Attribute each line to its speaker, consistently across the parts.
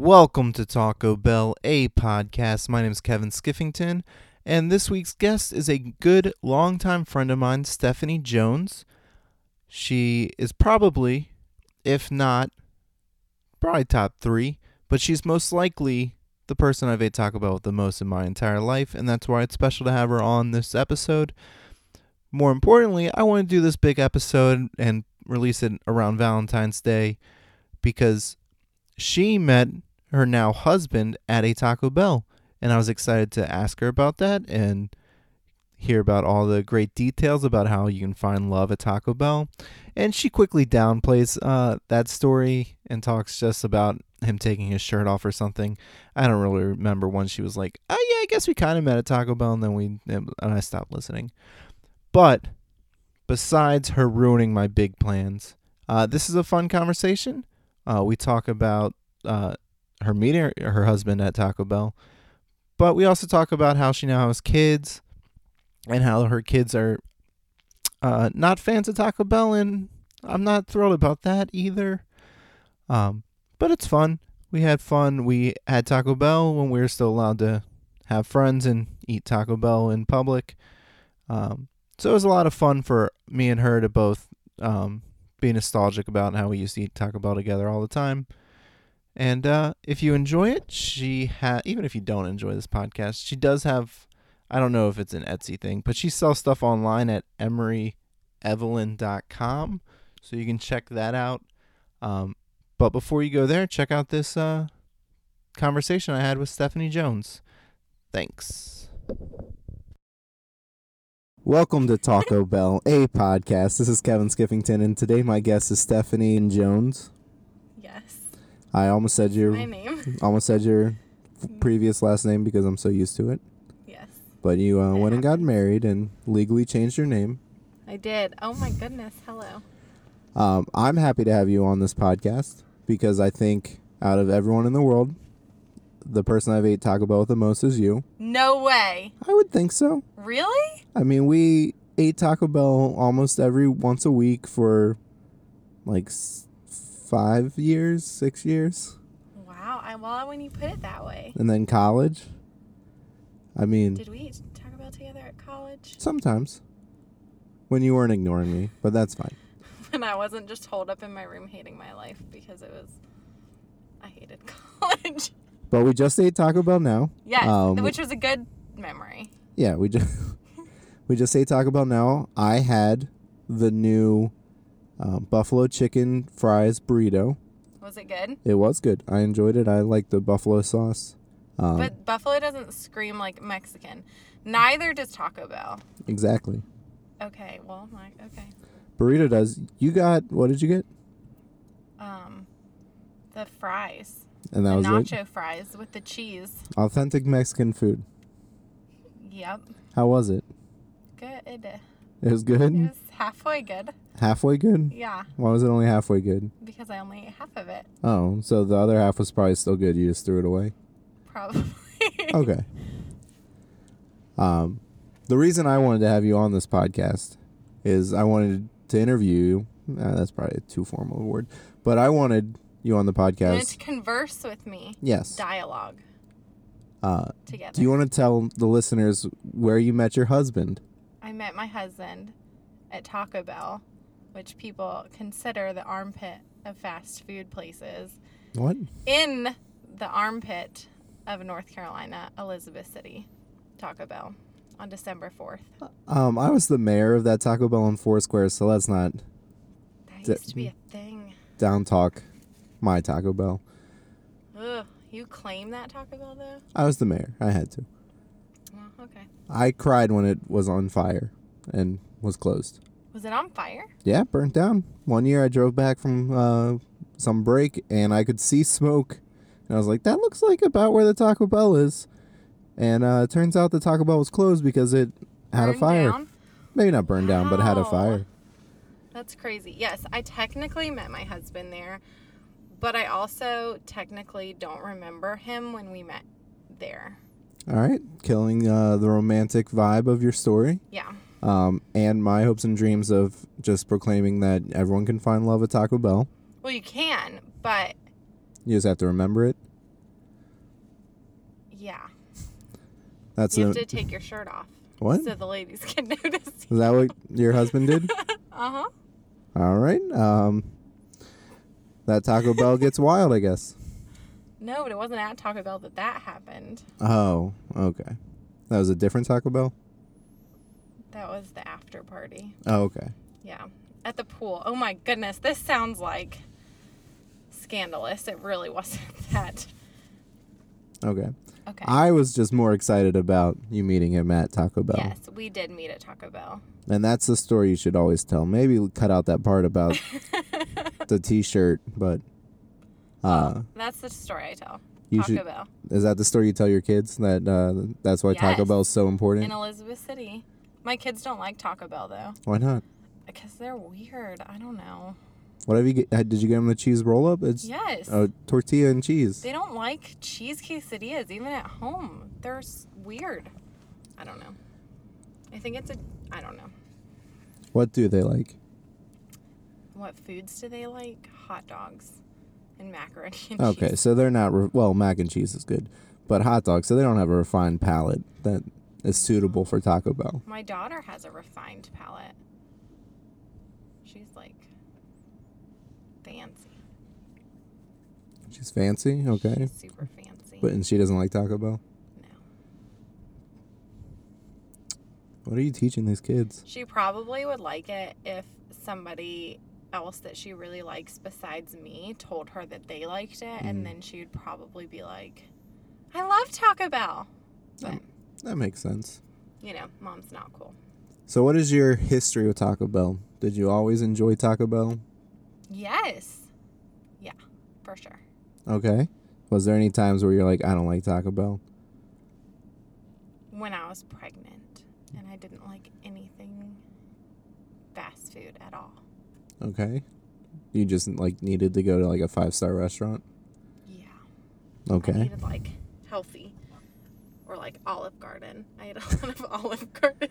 Speaker 1: Welcome to Taco Bell, a podcast. My name is Kevin Skiffington, and this week's guest is a good longtime friend of mine, Stephanie Jones. She is probably, if not, probably top three, but she's most likely the person I've ate Taco Bell with the most in my entire life, and that's why it's special to have her on this episode. More importantly, I want to do this big episode and release it around Valentine's Day because she met her now husband at a Taco Bell, and I was excited to ask her about that and hear about all the great details about how you can find love at Taco Bell. And she quickly downplays uh, that story and talks just about him taking his shirt off or something. I don't really remember when she was like, "Oh yeah, I guess we kind of met at Taco Bell," and then we and I stopped listening. But besides her ruining my big plans, uh, this is a fun conversation. Uh, we talk about uh, her meeting her, her husband at Taco Bell, but we also talk about how she now has kids and how her kids are uh, not fans of Taco Bell, and I'm not thrilled about that either. Um, but it's fun. We had fun. We had Taco Bell when we were still allowed to have friends and eat Taco Bell in public. Um, so it was a lot of fun for me and her to both um, be nostalgic about how we used to eat Taco Bell together all the time. And uh, if you enjoy it, she ha- even if you don't enjoy this podcast, she does have. I don't know if it's an Etsy thing, but she sells stuff online at emeryevelyn.com, so you can check that out. Um, but before you go there, check out this uh, conversation I had with Stephanie Jones. Thanks. Welcome to Taco Bell, a podcast. This is Kevin Skiffington, and today my guest is Stephanie Jones.
Speaker 2: Yes.
Speaker 1: I almost said your
Speaker 2: My name.
Speaker 1: almost said your f- previous last name because I'm so used to it.
Speaker 2: Yes.
Speaker 1: But you uh,
Speaker 2: It
Speaker 1: went and got married and legally changed your name.
Speaker 2: I did. Oh my goodness. Hello.
Speaker 1: Um, I'm happy to have you on this podcast because I think out of everyone in the world, the person I've ate Taco Bell with the most is you.
Speaker 2: No way.
Speaker 1: I would think so.
Speaker 2: Really?
Speaker 1: I mean, we ate Taco Bell almost every once a week for like s- five years, six years,
Speaker 2: Wow. I well when you put it that way.
Speaker 1: and then college. I mean,
Speaker 2: Did we eat Taco Bell together at college?
Speaker 1: sometimes when you weren't ignoring me, but that's fine.
Speaker 2: When I wasn't just holed up in my room hating my life because it was I hated college.
Speaker 1: But we just ate Taco Bell now.
Speaker 2: yes.
Speaker 1: Um,
Speaker 2: which was a good memory.
Speaker 1: Yeah, we just we just ate Taco Bell now. I had the new uh, buffalo chicken fries burrito.
Speaker 2: Was it good?
Speaker 1: It was good. I enjoyed it. I liked the buffalo sauce. Um,
Speaker 2: But Buffalo doesn't scream like Mexican. Neither does Taco Bell.
Speaker 1: exactly.
Speaker 2: Okay, well, like okay.
Speaker 1: Burrito does. You got what did you get?
Speaker 2: Um the fries.
Speaker 1: And that
Speaker 2: the
Speaker 1: was
Speaker 2: nacho
Speaker 1: it.
Speaker 2: fries with the cheese.
Speaker 1: Authentic Mexican food.
Speaker 2: Yep.
Speaker 1: How was it?
Speaker 2: Good. It
Speaker 1: It was good.
Speaker 2: was halfway good.
Speaker 1: Halfway good.
Speaker 2: Yeah,
Speaker 1: Why was it only halfway good?
Speaker 2: because I only ate half of it,
Speaker 1: Oh, so the other half was probably still good. You just threw it away.
Speaker 2: probably.
Speaker 1: Okay. Um, the reason I wanted to have you on this podcast is I wanted to interview you. Uh, that's probably a too formal word, but I wanted you on the
Speaker 2: You wanted to
Speaker 1: podcast.
Speaker 2: converse with me.
Speaker 1: Yes.
Speaker 2: Dialogue
Speaker 1: Uh,
Speaker 2: together.
Speaker 1: do you want to tell the listeners where you met your husband?
Speaker 2: I met my husband at Taco Bell, which people consider the armpit of fast food places,
Speaker 1: What?
Speaker 2: in the armpit of North Carolina, Elizabeth City, Taco Bell, on December 4th.
Speaker 1: Um, I was the mayor of that Taco Bell in Foursquare, so that's not
Speaker 2: That
Speaker 1: Th-
Speaker 2: used to be a thing.
Speaker 1: down talk. My Taco Bell.
Speaker 2: Ugh, you claim that Taco Bell though?
Speaker 1: I was the mayor. I had to.
Speaker 2: Well, okay.
Speaker 1: I cried when it was on fire and was closed.
Speaker 2: Was it on fire?
Speaker 1: Yeah, burnt down. One year I drove back from uh, some break and I could see smoke. And I was like, that looks like about where the Taco Bell is. And uh, it turns out the Taco Bell was closed because it had a
Speaker 2: Burned
Speaker 1: fire.
Speaker 2: down?
Speaker 1: Maybe not burned down, but had a
Speaker 2: Wow.
Speaker 1: fire.
Speaker 2: That's crazy. Yes, I technically met my husband there, but I also technically don't remember him when we met there.
Speaker 1: All right, killing uh, the romantic vibe of your story.
Speaker 2: Yeah.
Speaker 1: Um, and my hopes and dreams of just proclaiming that everyone can find love at Taco Bell.
Speaker 2: Well, you can, but
Speaker 1: You just have to remember it.
Speaker 2: Yeah.
Speaker 1: That's
Speaker 2: you
Speaker 1: the,
Speaker 2: have to take your shirt off
Speaker 1: what?
Speaker 2: so the ladies can notice.
Speaker 1: Is that what your husband did?
Speaker 2: Uh huh.
Speaker 1: All right. Um, that Taco Bell gets wild, I guess.
Speaker 2: No, but it wasn't at Taco Bell that that happened.
Speaker 1: Oh, okay. That was a different Taco Bell.
Speaker 2: That was the after party.
Speaker 1: Oh, okay.
Speaker 2: Yeah. At the pool. Oh my goodness. This sounds like scandalous. It really wasn't that.
Speaker 1: Okay.
Speaker 2: Okay.
Speaker 1: I was just more excited about you meeting him at Taco Bell.
Speaker 2: Yes, we did meet at Taco Bell.
Speaker 1: And that's the story you should always tell. Maybe cut out that part about the T-shirt, but uh,
Speaker 2: That's the story I tell.
Speaker 1: you
Speaker 2: Taco
Speaker 1: should.
Speaker 2: Bell.
Speaker 1: Is that the story you tell your kids that uh, that's why Taco
Speaker 2: Yes.
Speaker 1: Bell's so important?
Speaker 2: In Elizabeth City. My kids don't like Taco Bell though.
Speaker 1: why not?
Speaker 2: Because they're weird. I don't know.
Speaker 1: What have you? Get, uh, did you get him the cheese roll up? It's
Speaker 2: Yes.
Speaker 1: uh, tortilla and cheese.
Speaker 2: They don't like cheese quesadillas even at home. They're s- weird. I don't know. I think it's a. I don't know.
Speaker 1: What do they like?
Speaker 2: What foods do they like? Hot dogs and macaroni and
Speaker 1: Okay,
Speaker 2: cheese.
Speaker 1: so they're not re- well. Mac and cheese is good, but hot dogs. So they don't have a refined palate that is suitable for Taco Bell.
Speaker 2: My daughter has a refined palate. She's like fancy.
Speaker 1: She's fancy, okay,
Speaker 2: She's super fancy.
Speaker 1: but and she doesn't like Taco Bell.
Speaker 2: no.
Speaker 1: What are you teaching these kids?
Speaker 2: She probably would like it if somebody else that she really likes besides me told her that they liked it,
Speaker 1: Mm.
Speaker 2: and then she would probably be like, I love Taco Bell. But,
Speaker 1: That makes sense.
Speaker 2: you know, mom's not cool.
Speaker 1: So, what is your history with Taco Bell? Did you always enjoy Taco Bell?
Speaker 2: Yes. Yeah, for sure.
Speaker 1: Okay. Was there any times where you're like, I don't like Taco Bell?
Speaker 2: When I was pregnant, and I didn't like anything fast food at all.
Speaker 1: Okay. You just like needed to go to like a five star restaurant.
Speaker 2: Yeah. I
Speaker 1: Okay.
Speaker 2: needed like healthy or like Olive Garden. I had a lot of Olive Garden.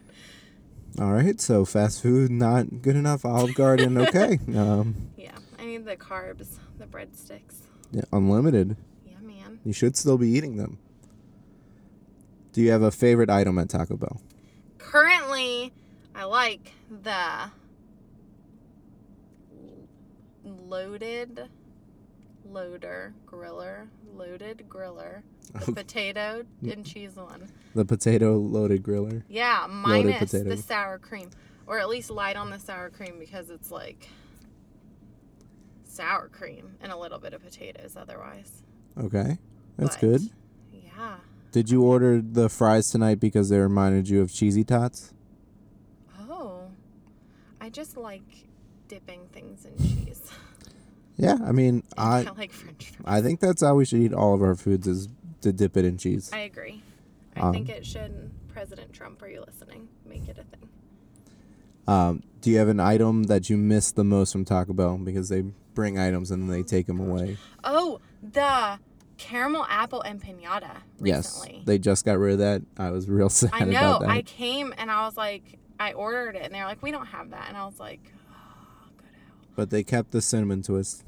Speaker 1: All right. So fast food not good enough. Olive Garden. Okay. um,
Speaker 2: Yeah, I need the carbs, the breadsticks.
Speaker 1: yeah, unlimited.
Speaker 2: Yeah, man.
Speaker 1: You should still be eating them. Do you have a favorite item at Taco Bell?
Speaker 2: Currently, I like the loaded loader griller, loaded griller, the potato and cheese one.
Speaker 1: The potato loaded griller.
Speaker 2: Yeah, minus
Speaker 1: potato.
Speaker 2: the sour cream, or at least light on the sour cream because it's like sour cream and a little bit of potatoes otherwise.
Speaker 1: Okay. That's
Speaker 2: But,
Speaker 1: good.
Speaker 2: Yeah.
Speaker 1: Did you order the fries tonight because they reminded you of cheesy tots?
Speaker 2: Oh, I just like dipping things in cheese.
Speaker 1: Yeah, I mean,
Speaker 2: I,
Speaker 1: I
Speaker 2: like French fries.
Speaker 1: I think that's how we should eat all of our foods is to dip it in cheese.
Speaker 2: I agree. I
Speaker 1: Um,
Speaker 2: think it should. President Trump, are you listening? Make it a thing.
Speaker 1: Um, do you have an item that you miss the most from Taco Bell because they bring items and then they take them away?
Speaker 2: Oh, the caramel apple and pinata recently.
Speaker 1: Yes, they just got rid of that. I was real sad
Speaker 2: I know.
Speaker 1: about that.
Speaker 2: I came and I was like, I ordered it, and they're like, we don't have that, and I was like, oh, good hell.
Speaker 1: But they kept the cinnamon twist.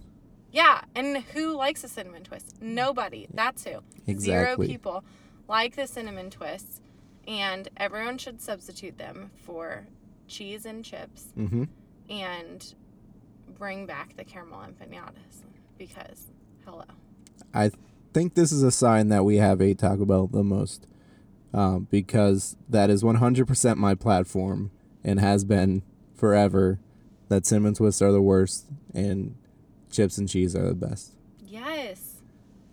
Speaker 2: Yeah, and who likes a cinnamon twist? Nobody. That's who. Zero
Speaker 1: Exactly.
Speaker 2: people like the cinnamon twists, and everyone should substitute them for cheese and chips
Speaker 1: Mm-hmm.
Speaker 2: and bring back the caramel empanadas because hello.
Speaker 1: I think this is a sign that we have ate Taco Bell the most um, because that is 100% my platform and has been forever that cinnamon twists are the worst and chips and cheese are the best.
Speaker 2: Yes.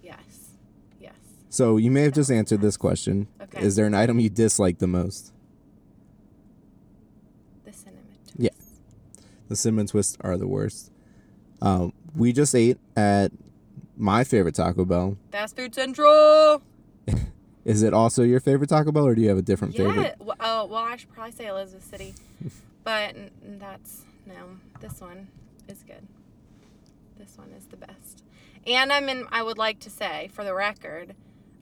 Speaker 2: Yes. Yes.
Speaker 1: So you may have just answered this question.
Speaker 2: Okay.
Speaker 1: Is there an item you dislike the most?
Speaker 2: The cinnamon toast.
Speaker 1: Yeah. The cinnamon twists are the worst. Um, we just ate at my favorite Taco Bell.
Speaker 2: Fast food central.
Speaker 1: Is it also your favorite Taco Bell or do you have a different favorite?
Speaker 2: Yeah. Well, oh, well, I should probably say Elizabeth City, but n- that's no. This one is good. This one is the best. And I'm in. I would like to say, for the record,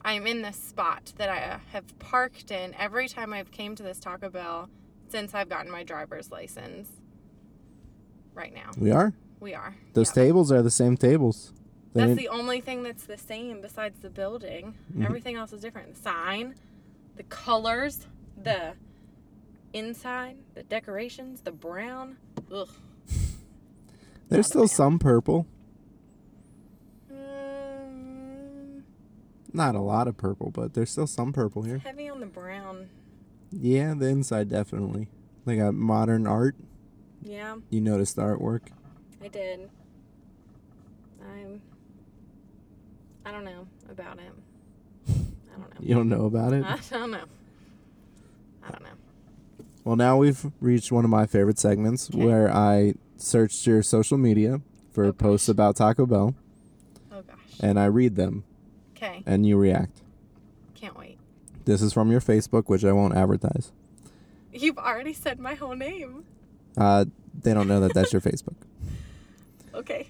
Speaker 2: I'm in the spot that I uh, have parked in every time I've came to this Taco Bell since I've gotten my driver's license. Right now,
Speaker 1: We are.
Speaker 2: we are.
Speaker 1: Those
Speaker 2: Yep.
Speaker 1: tables are the same tables.
Speaker 2: That's
Speaker 1: Then
Speaker 2: the only thing that's the same besides the building. Everything else is different. The sign, the colors, the inside, the decorations, the brown. Ugh.
Speaker 1: there's still some purple.
Speaker 2: Mm,
Speaker 1: Not a lot of purple, but there's still some purple here.
Speaker 2: heavy on the brown.
Speaker 1: Yeah, the inside definitely. They got modern art.
Speaker 2: Yeah,
Speaker 1: You noticed the artwork.
Speaker 2: I did. I'm. I don't know about it. I don't know.
Speaker 1: You don't know about it.
Speaker 2: I don't know. I don't know.
Speaker 1: Well, now we've reached one of my favorite segments
Speaker 2: Okay.
Speaker 1: where I searched your social media for
Speaker 2: Oh, gosh.
Speaker 1: posts about Taco Bell
Speaker 2: Oh gosh.
Speaker 1: and I read them
Speaker 2: Okay.
Speaker 1: and you react.
Speaker 2: Can't wait.
Speaker 1: This is from your Facebook, which I won't advertise.
Speaker 2: You've already said my whole name.
Speaker 1: Uh, they don't know that that's your Facebook.
Speaker 2: Okay.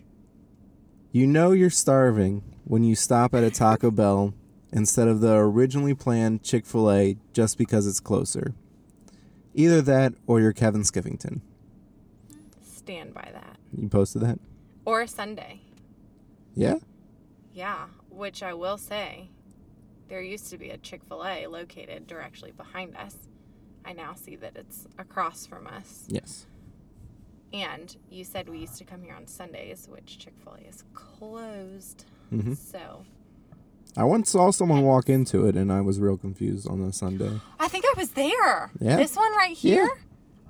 Speaker 1: You know you're starving when you stop at a Taco Bell instead of the originally planned Chick fil A just because it's closer. Either that or you're Kevin Skiffington.
Speaker 2: Stand by that.
Speaker 1: You posted that?
Speaker 2: Or a Sunday.
Speaker 1: Yeah?
Speaker 2: Yeah, which I will say, there used to be a Chick fil A located directly behind us. I now see that it's across from us.
Speaker 1: Yes.
Speaker 2: And you said we used to come here on Sundays, which Chick fil A is closed.
Speaker 1: Mhm.
Speaker 2: So
Speaker 1: I once saw someone walk into it and I was real confused on a Sunday.
Speaker 2: I think I was there.
Speaker 1: Yeah.
Speaker 2: This one right
Speaker 1: Yeah.
Speaker 2: here?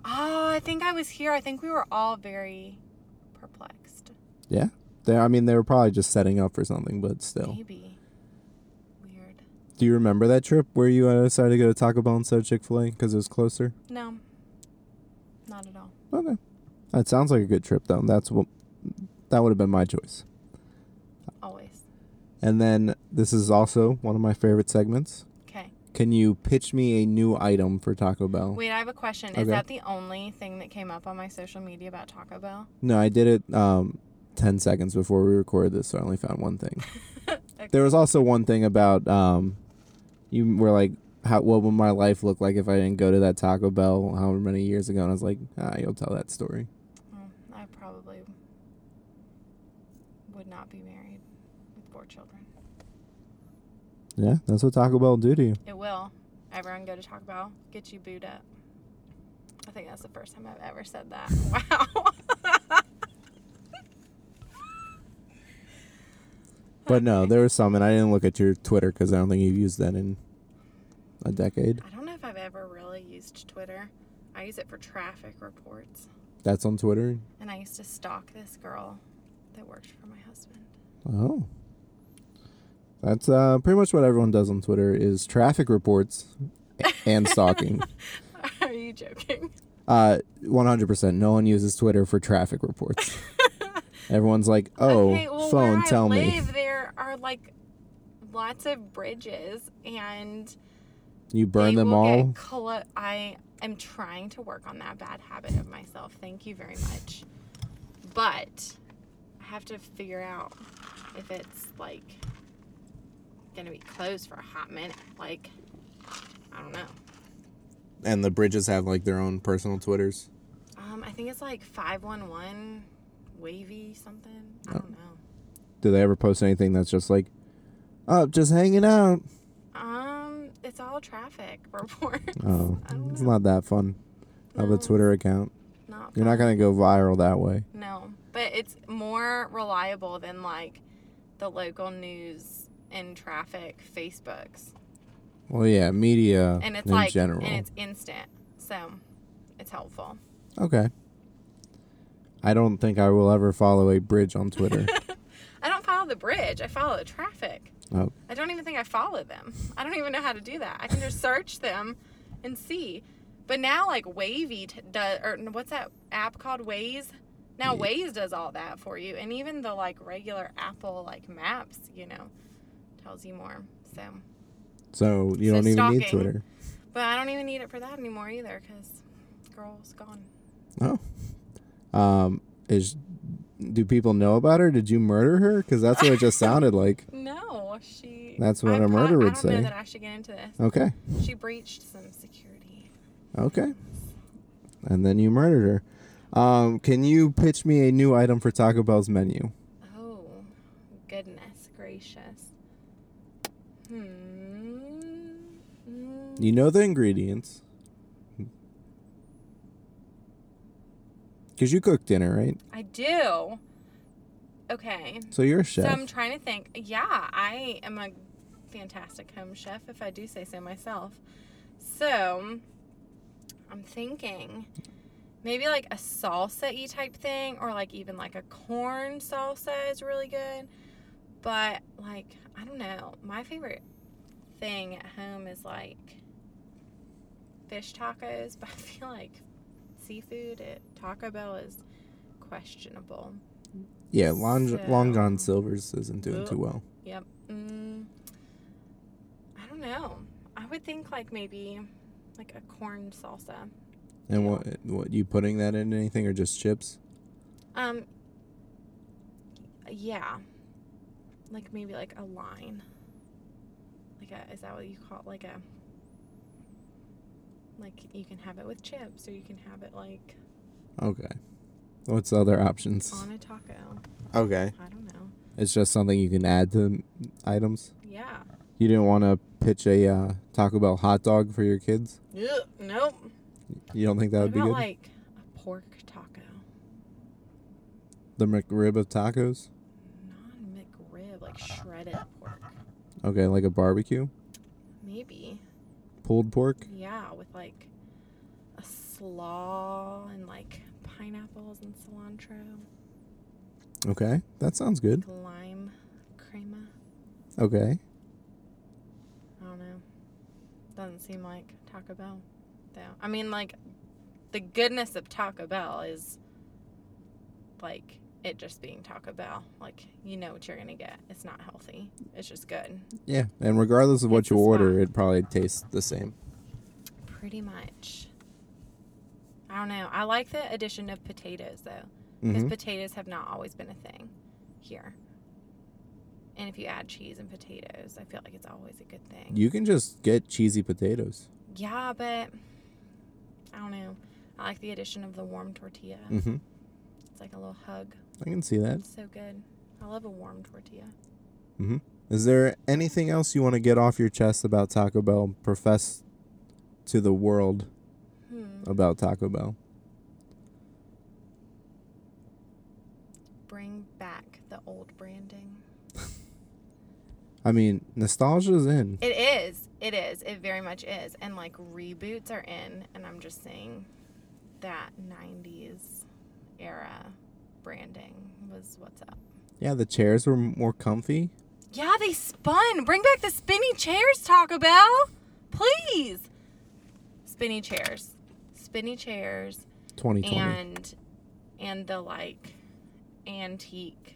Speaker 2: Oh, I think I was here. I think we were all very perplexed.
Speaker 1: Yeah? They, I mean, they were probably just setting up for something, but still.
Speaker 2: Maybe. Weird.
Speaker 1: Do you remember that trip where you uh, decided to go to Taco Bell instead of Chick fil A because it was closer?
Speaker 2: No, not at all.
Speaker 1: Okay. That sounds like a good trip, though. That's what, That would have been my choice.
Speaker 2: Always.
Speaker 1: And then this is also one of my favorite segments.
Speaker 2: Okay.
Speaker 1: Can you pitch me a new item for Taco Bell?
Speaker 2: Wait, I have a question.
Speaker 1: Okay.
Speaker 2: Is that the only thing that came up on my social media about Taco Bell?
Speaker 1: No, I did it um, 10 seconds before we recorded this, so I only found one thing.
Speaker 2: Okay.
Speaker 1: There was also one thing about um, you were like, how, what would my life look like if I didn't go to that Taco Bell however many years ago? And I was like, ah, you'll tell that story.
Speaker 2: Mm, I probably would not be married with four children.
Speaker 1: Yeah, that's what Taco Bell do to you.
Speaker 2: It will. Everyone go to Taco Bell, get you booed up. I think that's the first time I've ever said that. Wow.
Speaker 1: But no, there was some, and I didn't look at your Twitter because I don't think you've used that in a decade.
Speaker 2: I don't know if I've ever really used Twitter. I use it for traffic reports.
Speaker 1: That's on Twitter.
Speaker 2: And I used to stalk this girl that worked for my husband.
Speaker 1: Oh. That's uh, pretty much what everyone does on Twitter is traffic reports and stalking.
Speaker 2: Are you joking?
Speaker 1: Uh, 100%. No one uses Twitter for traffic reports. Everyone's like, oh,
Speaker 2: Okay, well,
Speaker 1: phone,
Speaker 2: where
Speaker 1: tell
Speaker 2: I
Speaker 1: me.
Speaker 2: live, There are like lots of bridges, and
Speaker 1: You burn
Speaker 2: they
Speaker 1: them
Speaker 2: will
Speaker 1: all?
Speaker 2: Get clo- I am trying to work on that bad habit of myself. Thank you very much, but I have to figure out if it's like gonna be closed for a hot minute. Like, I don't know.
Speaker 1: And the bridges have like their own personal Twitters.
Speaker 2: Um, I think it's like five one one wavy something.
Speaker 1: Oh.
Speaker 2: I don't know.
Speaker 1: Do they ever post anything that's just like, oh, just hanging out?
Speaker 2: Um, it's all traffic reports.
Speaker 1: Oh,
Speaker 2: I don't
Speaker 1: it's
Speaker 2: know.
Speaker 1: not that fun of a
Speaker 2: No.
Speaker 1: Twitter account.
Speaker 2: Not
Speaker 1: You're not
Speaker 2: fun.
Speaker 1: going to go viral that way.
Speaker 2: No, but it's more reliable than like the local news and traffic Facebooks,
Speaker 1: Well, yeah, media
Speaker 2: and it's
Speaker 1: in
Speaker 2: like
Speaker 1: general.
Speaker 2: and it's instant, so it's helpful.
Speaker 1: Okay. I don't think I will ever follow a bridge on Twitter.
Speaker 2: I don't follow the bridge. I follow the traffic.
Speaker 1: oh,
Speaker 2: I don't even think I follow them. I don't even know how to do that. I can just search them and see. But now, like Wavy t- does, or n- what's that app called? Waze. Now Waze does all that for you, and even the like regular Apple like maps, you know, tells you more. So,
Speaker 1: so you
Speaker 2: So
Speaker 1: don't even need
Speaker 2: stalking.
Speaker 1: Twitter.
Speaker 2: but I don't even need it for that anymore either, because girl's gone.
Speaker 1: Oh. Um, is do people know about her? Did you murder her? Because that's what it just sounded like.
Speaker 2: No, she.
Speaker 1: That's what
Speaker 2: I
Speaker 1: a murderer
Speaker 2: pro-
Speaker 1: would
Speaker 2: I don't
Speaker 1: say.
Speaker 2: know that I should get into this.
Speaker 1: Okay.
Speaker 2: She breached some security.
Speaker 1: Okay. And then you murdered her. Um, can you pitch me a new item for Taco Bell's menu?
Speaker 2: Oh, goodness gracious. Hmm. Mm.
Speaker 1: You know the ingredients. Because you cook dinner, right?
Speaker 2: I do. Okay.
Speaker 1: So you're a chef.
Speaker 2: So I'm trying to think. Yeah, I am a fantastic home chef, if I do say so myself. So I'm thinking maybe like a salsa y type thing, or like even like a corn salsa is really good. But like, I don't know. My favorite thing at home is like fish tacos, but I feel like seafood at Taco Bell is questionable.
Speaker 1: yeah, Long,
Speaker 2: so-
Speaker 1: Long John Silver's isn't doing
Speaker 2: Ugh.
Speaker 1: too well.
Speaker 2: Yep. Mm, I don't know. I would think like maybe like a corn salsa.
Speaker 1: And
Speaker 2: Yeah.
Speaker 1: what, what, you putting that in anything or just chips?
Speaker 2: Um. Yeah. Like maybe like a line. Like a is that what you call it? like a. Like you can have it with chips, or you can have it like
Speaker 1: Okay. What's the other options?
Speaker 2: on a taco.
Speaker 1: Okay.
Speaker 2: I don't know.
Speaker 1: It's just something you can add to items.
Speaker 2: Yeah.
Speaker 1: You didn't want to pitch a uh, Taco Bell hot dog for your kids?
Speaker 2: Ugh, nope.
Speaker 1: You don't think that
Speaker 2: What
Speaker 1: would be
Speaker 2: about
Speaker 1: good?
Speaker 2: like a pork taco,
Speaker 1: the McRib of tacos?
Speaker 2: non McRib, like shredded pork?
Speaker 1: Okay, like a barbecue?
Speaker 2: Maybe.
Speaker 1: Pulled pork?
Speaker 2: Yeah, with like a slaw and like pineapples and cilantro,
Speaker 1: Okay, that sounds good.
Speaker 2: like lime crema.
Speaker 1: Okay.
Speaker 2: I don't know. Doesn't seem like Taco Bell, though. I mean, like the goodness of Taco Bell is like it just being Taco Bell. Like you know what you're gonna get. It's not healthy. It's just good.
Speaker 1: Yeah, and regardless of what
Speaker 2: Hits the
Speaker 1: you order,
Speaker 2: spot.
Speaker 1: it probably tastes the same.
Speaker 2: Pretty much. I don't know. I like the addition of potatoes though. because
Speaker 1: hmm
Speaker 2: potatoes have not always been a thing here. And if you add cheese and potatoes, I feel like it's always a good thing.
Speaker 1: You can just get cheesy potatoes.
Speaker 2: yeah, but I don't know. I like the addition of the warm tortilla.
Speaker 1: Mm-hmm.
Speaker 2: It's like a little hug.
Speaker 1: I can see that.
Speaker 2: It's so good. I love a warm tortilla.
Speaker 1: Is there anything else you want to get off your chest about Taco Bell? Profess to the world
Speaker 2: Hmm.
Speaker 1: about Taco Bell.
Speaker 2: Bring back the old branding.
Speaker 1: I mean, nostalgia's in.
Speaker 2: It is. It is. It very much is. And like reboots are in. And I'm just saying that 90s era branding was what's up.
Speaker 1: Yeah, the chairs were more comfy.
Speaker 2: Yeah, they spun. Bring back the spinny chairs, Taco Bell. Please. Spinny chairs. Spinny chairs
Speaker 1: 2020.
Speaker 2: and and the like antique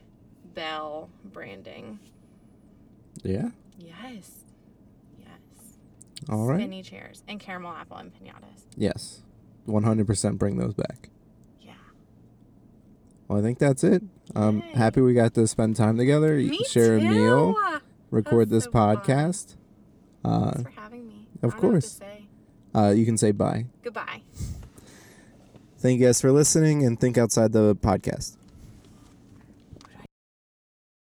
Speaker 2: bell branding.
Speaker 1: yeah.
Speaker 2: Yes. Yes.
Speaker 1: All right.
Speaker 2: Spinny chairs and caramel apple and piñatas.
Speaker 1: Yes. 100% bring those back.
Speaker 2: Yeah.
Speaker 1: Well, I think that's it. I'm
Speaker 2: Yay.
Speaker 1: happy we got to spend time together, e,
Speaker 2: Me
Speaker 1: share
Speaker 2: too.
Speaker 1: a meal, record this
Speaker 2: That's so fun.
Speaker 1: podcast. Uh,
Speaker 2: Thanks for having me.
Speaker 1: of
Speaker 2: I don't know what to
Speaker 1: course.
Speaker 2: say.
Speaker 1: uh, you can say bye.
Speaker 2: Goodbye.
Speaker 1: Thank you guys for listening and think outside the podcast.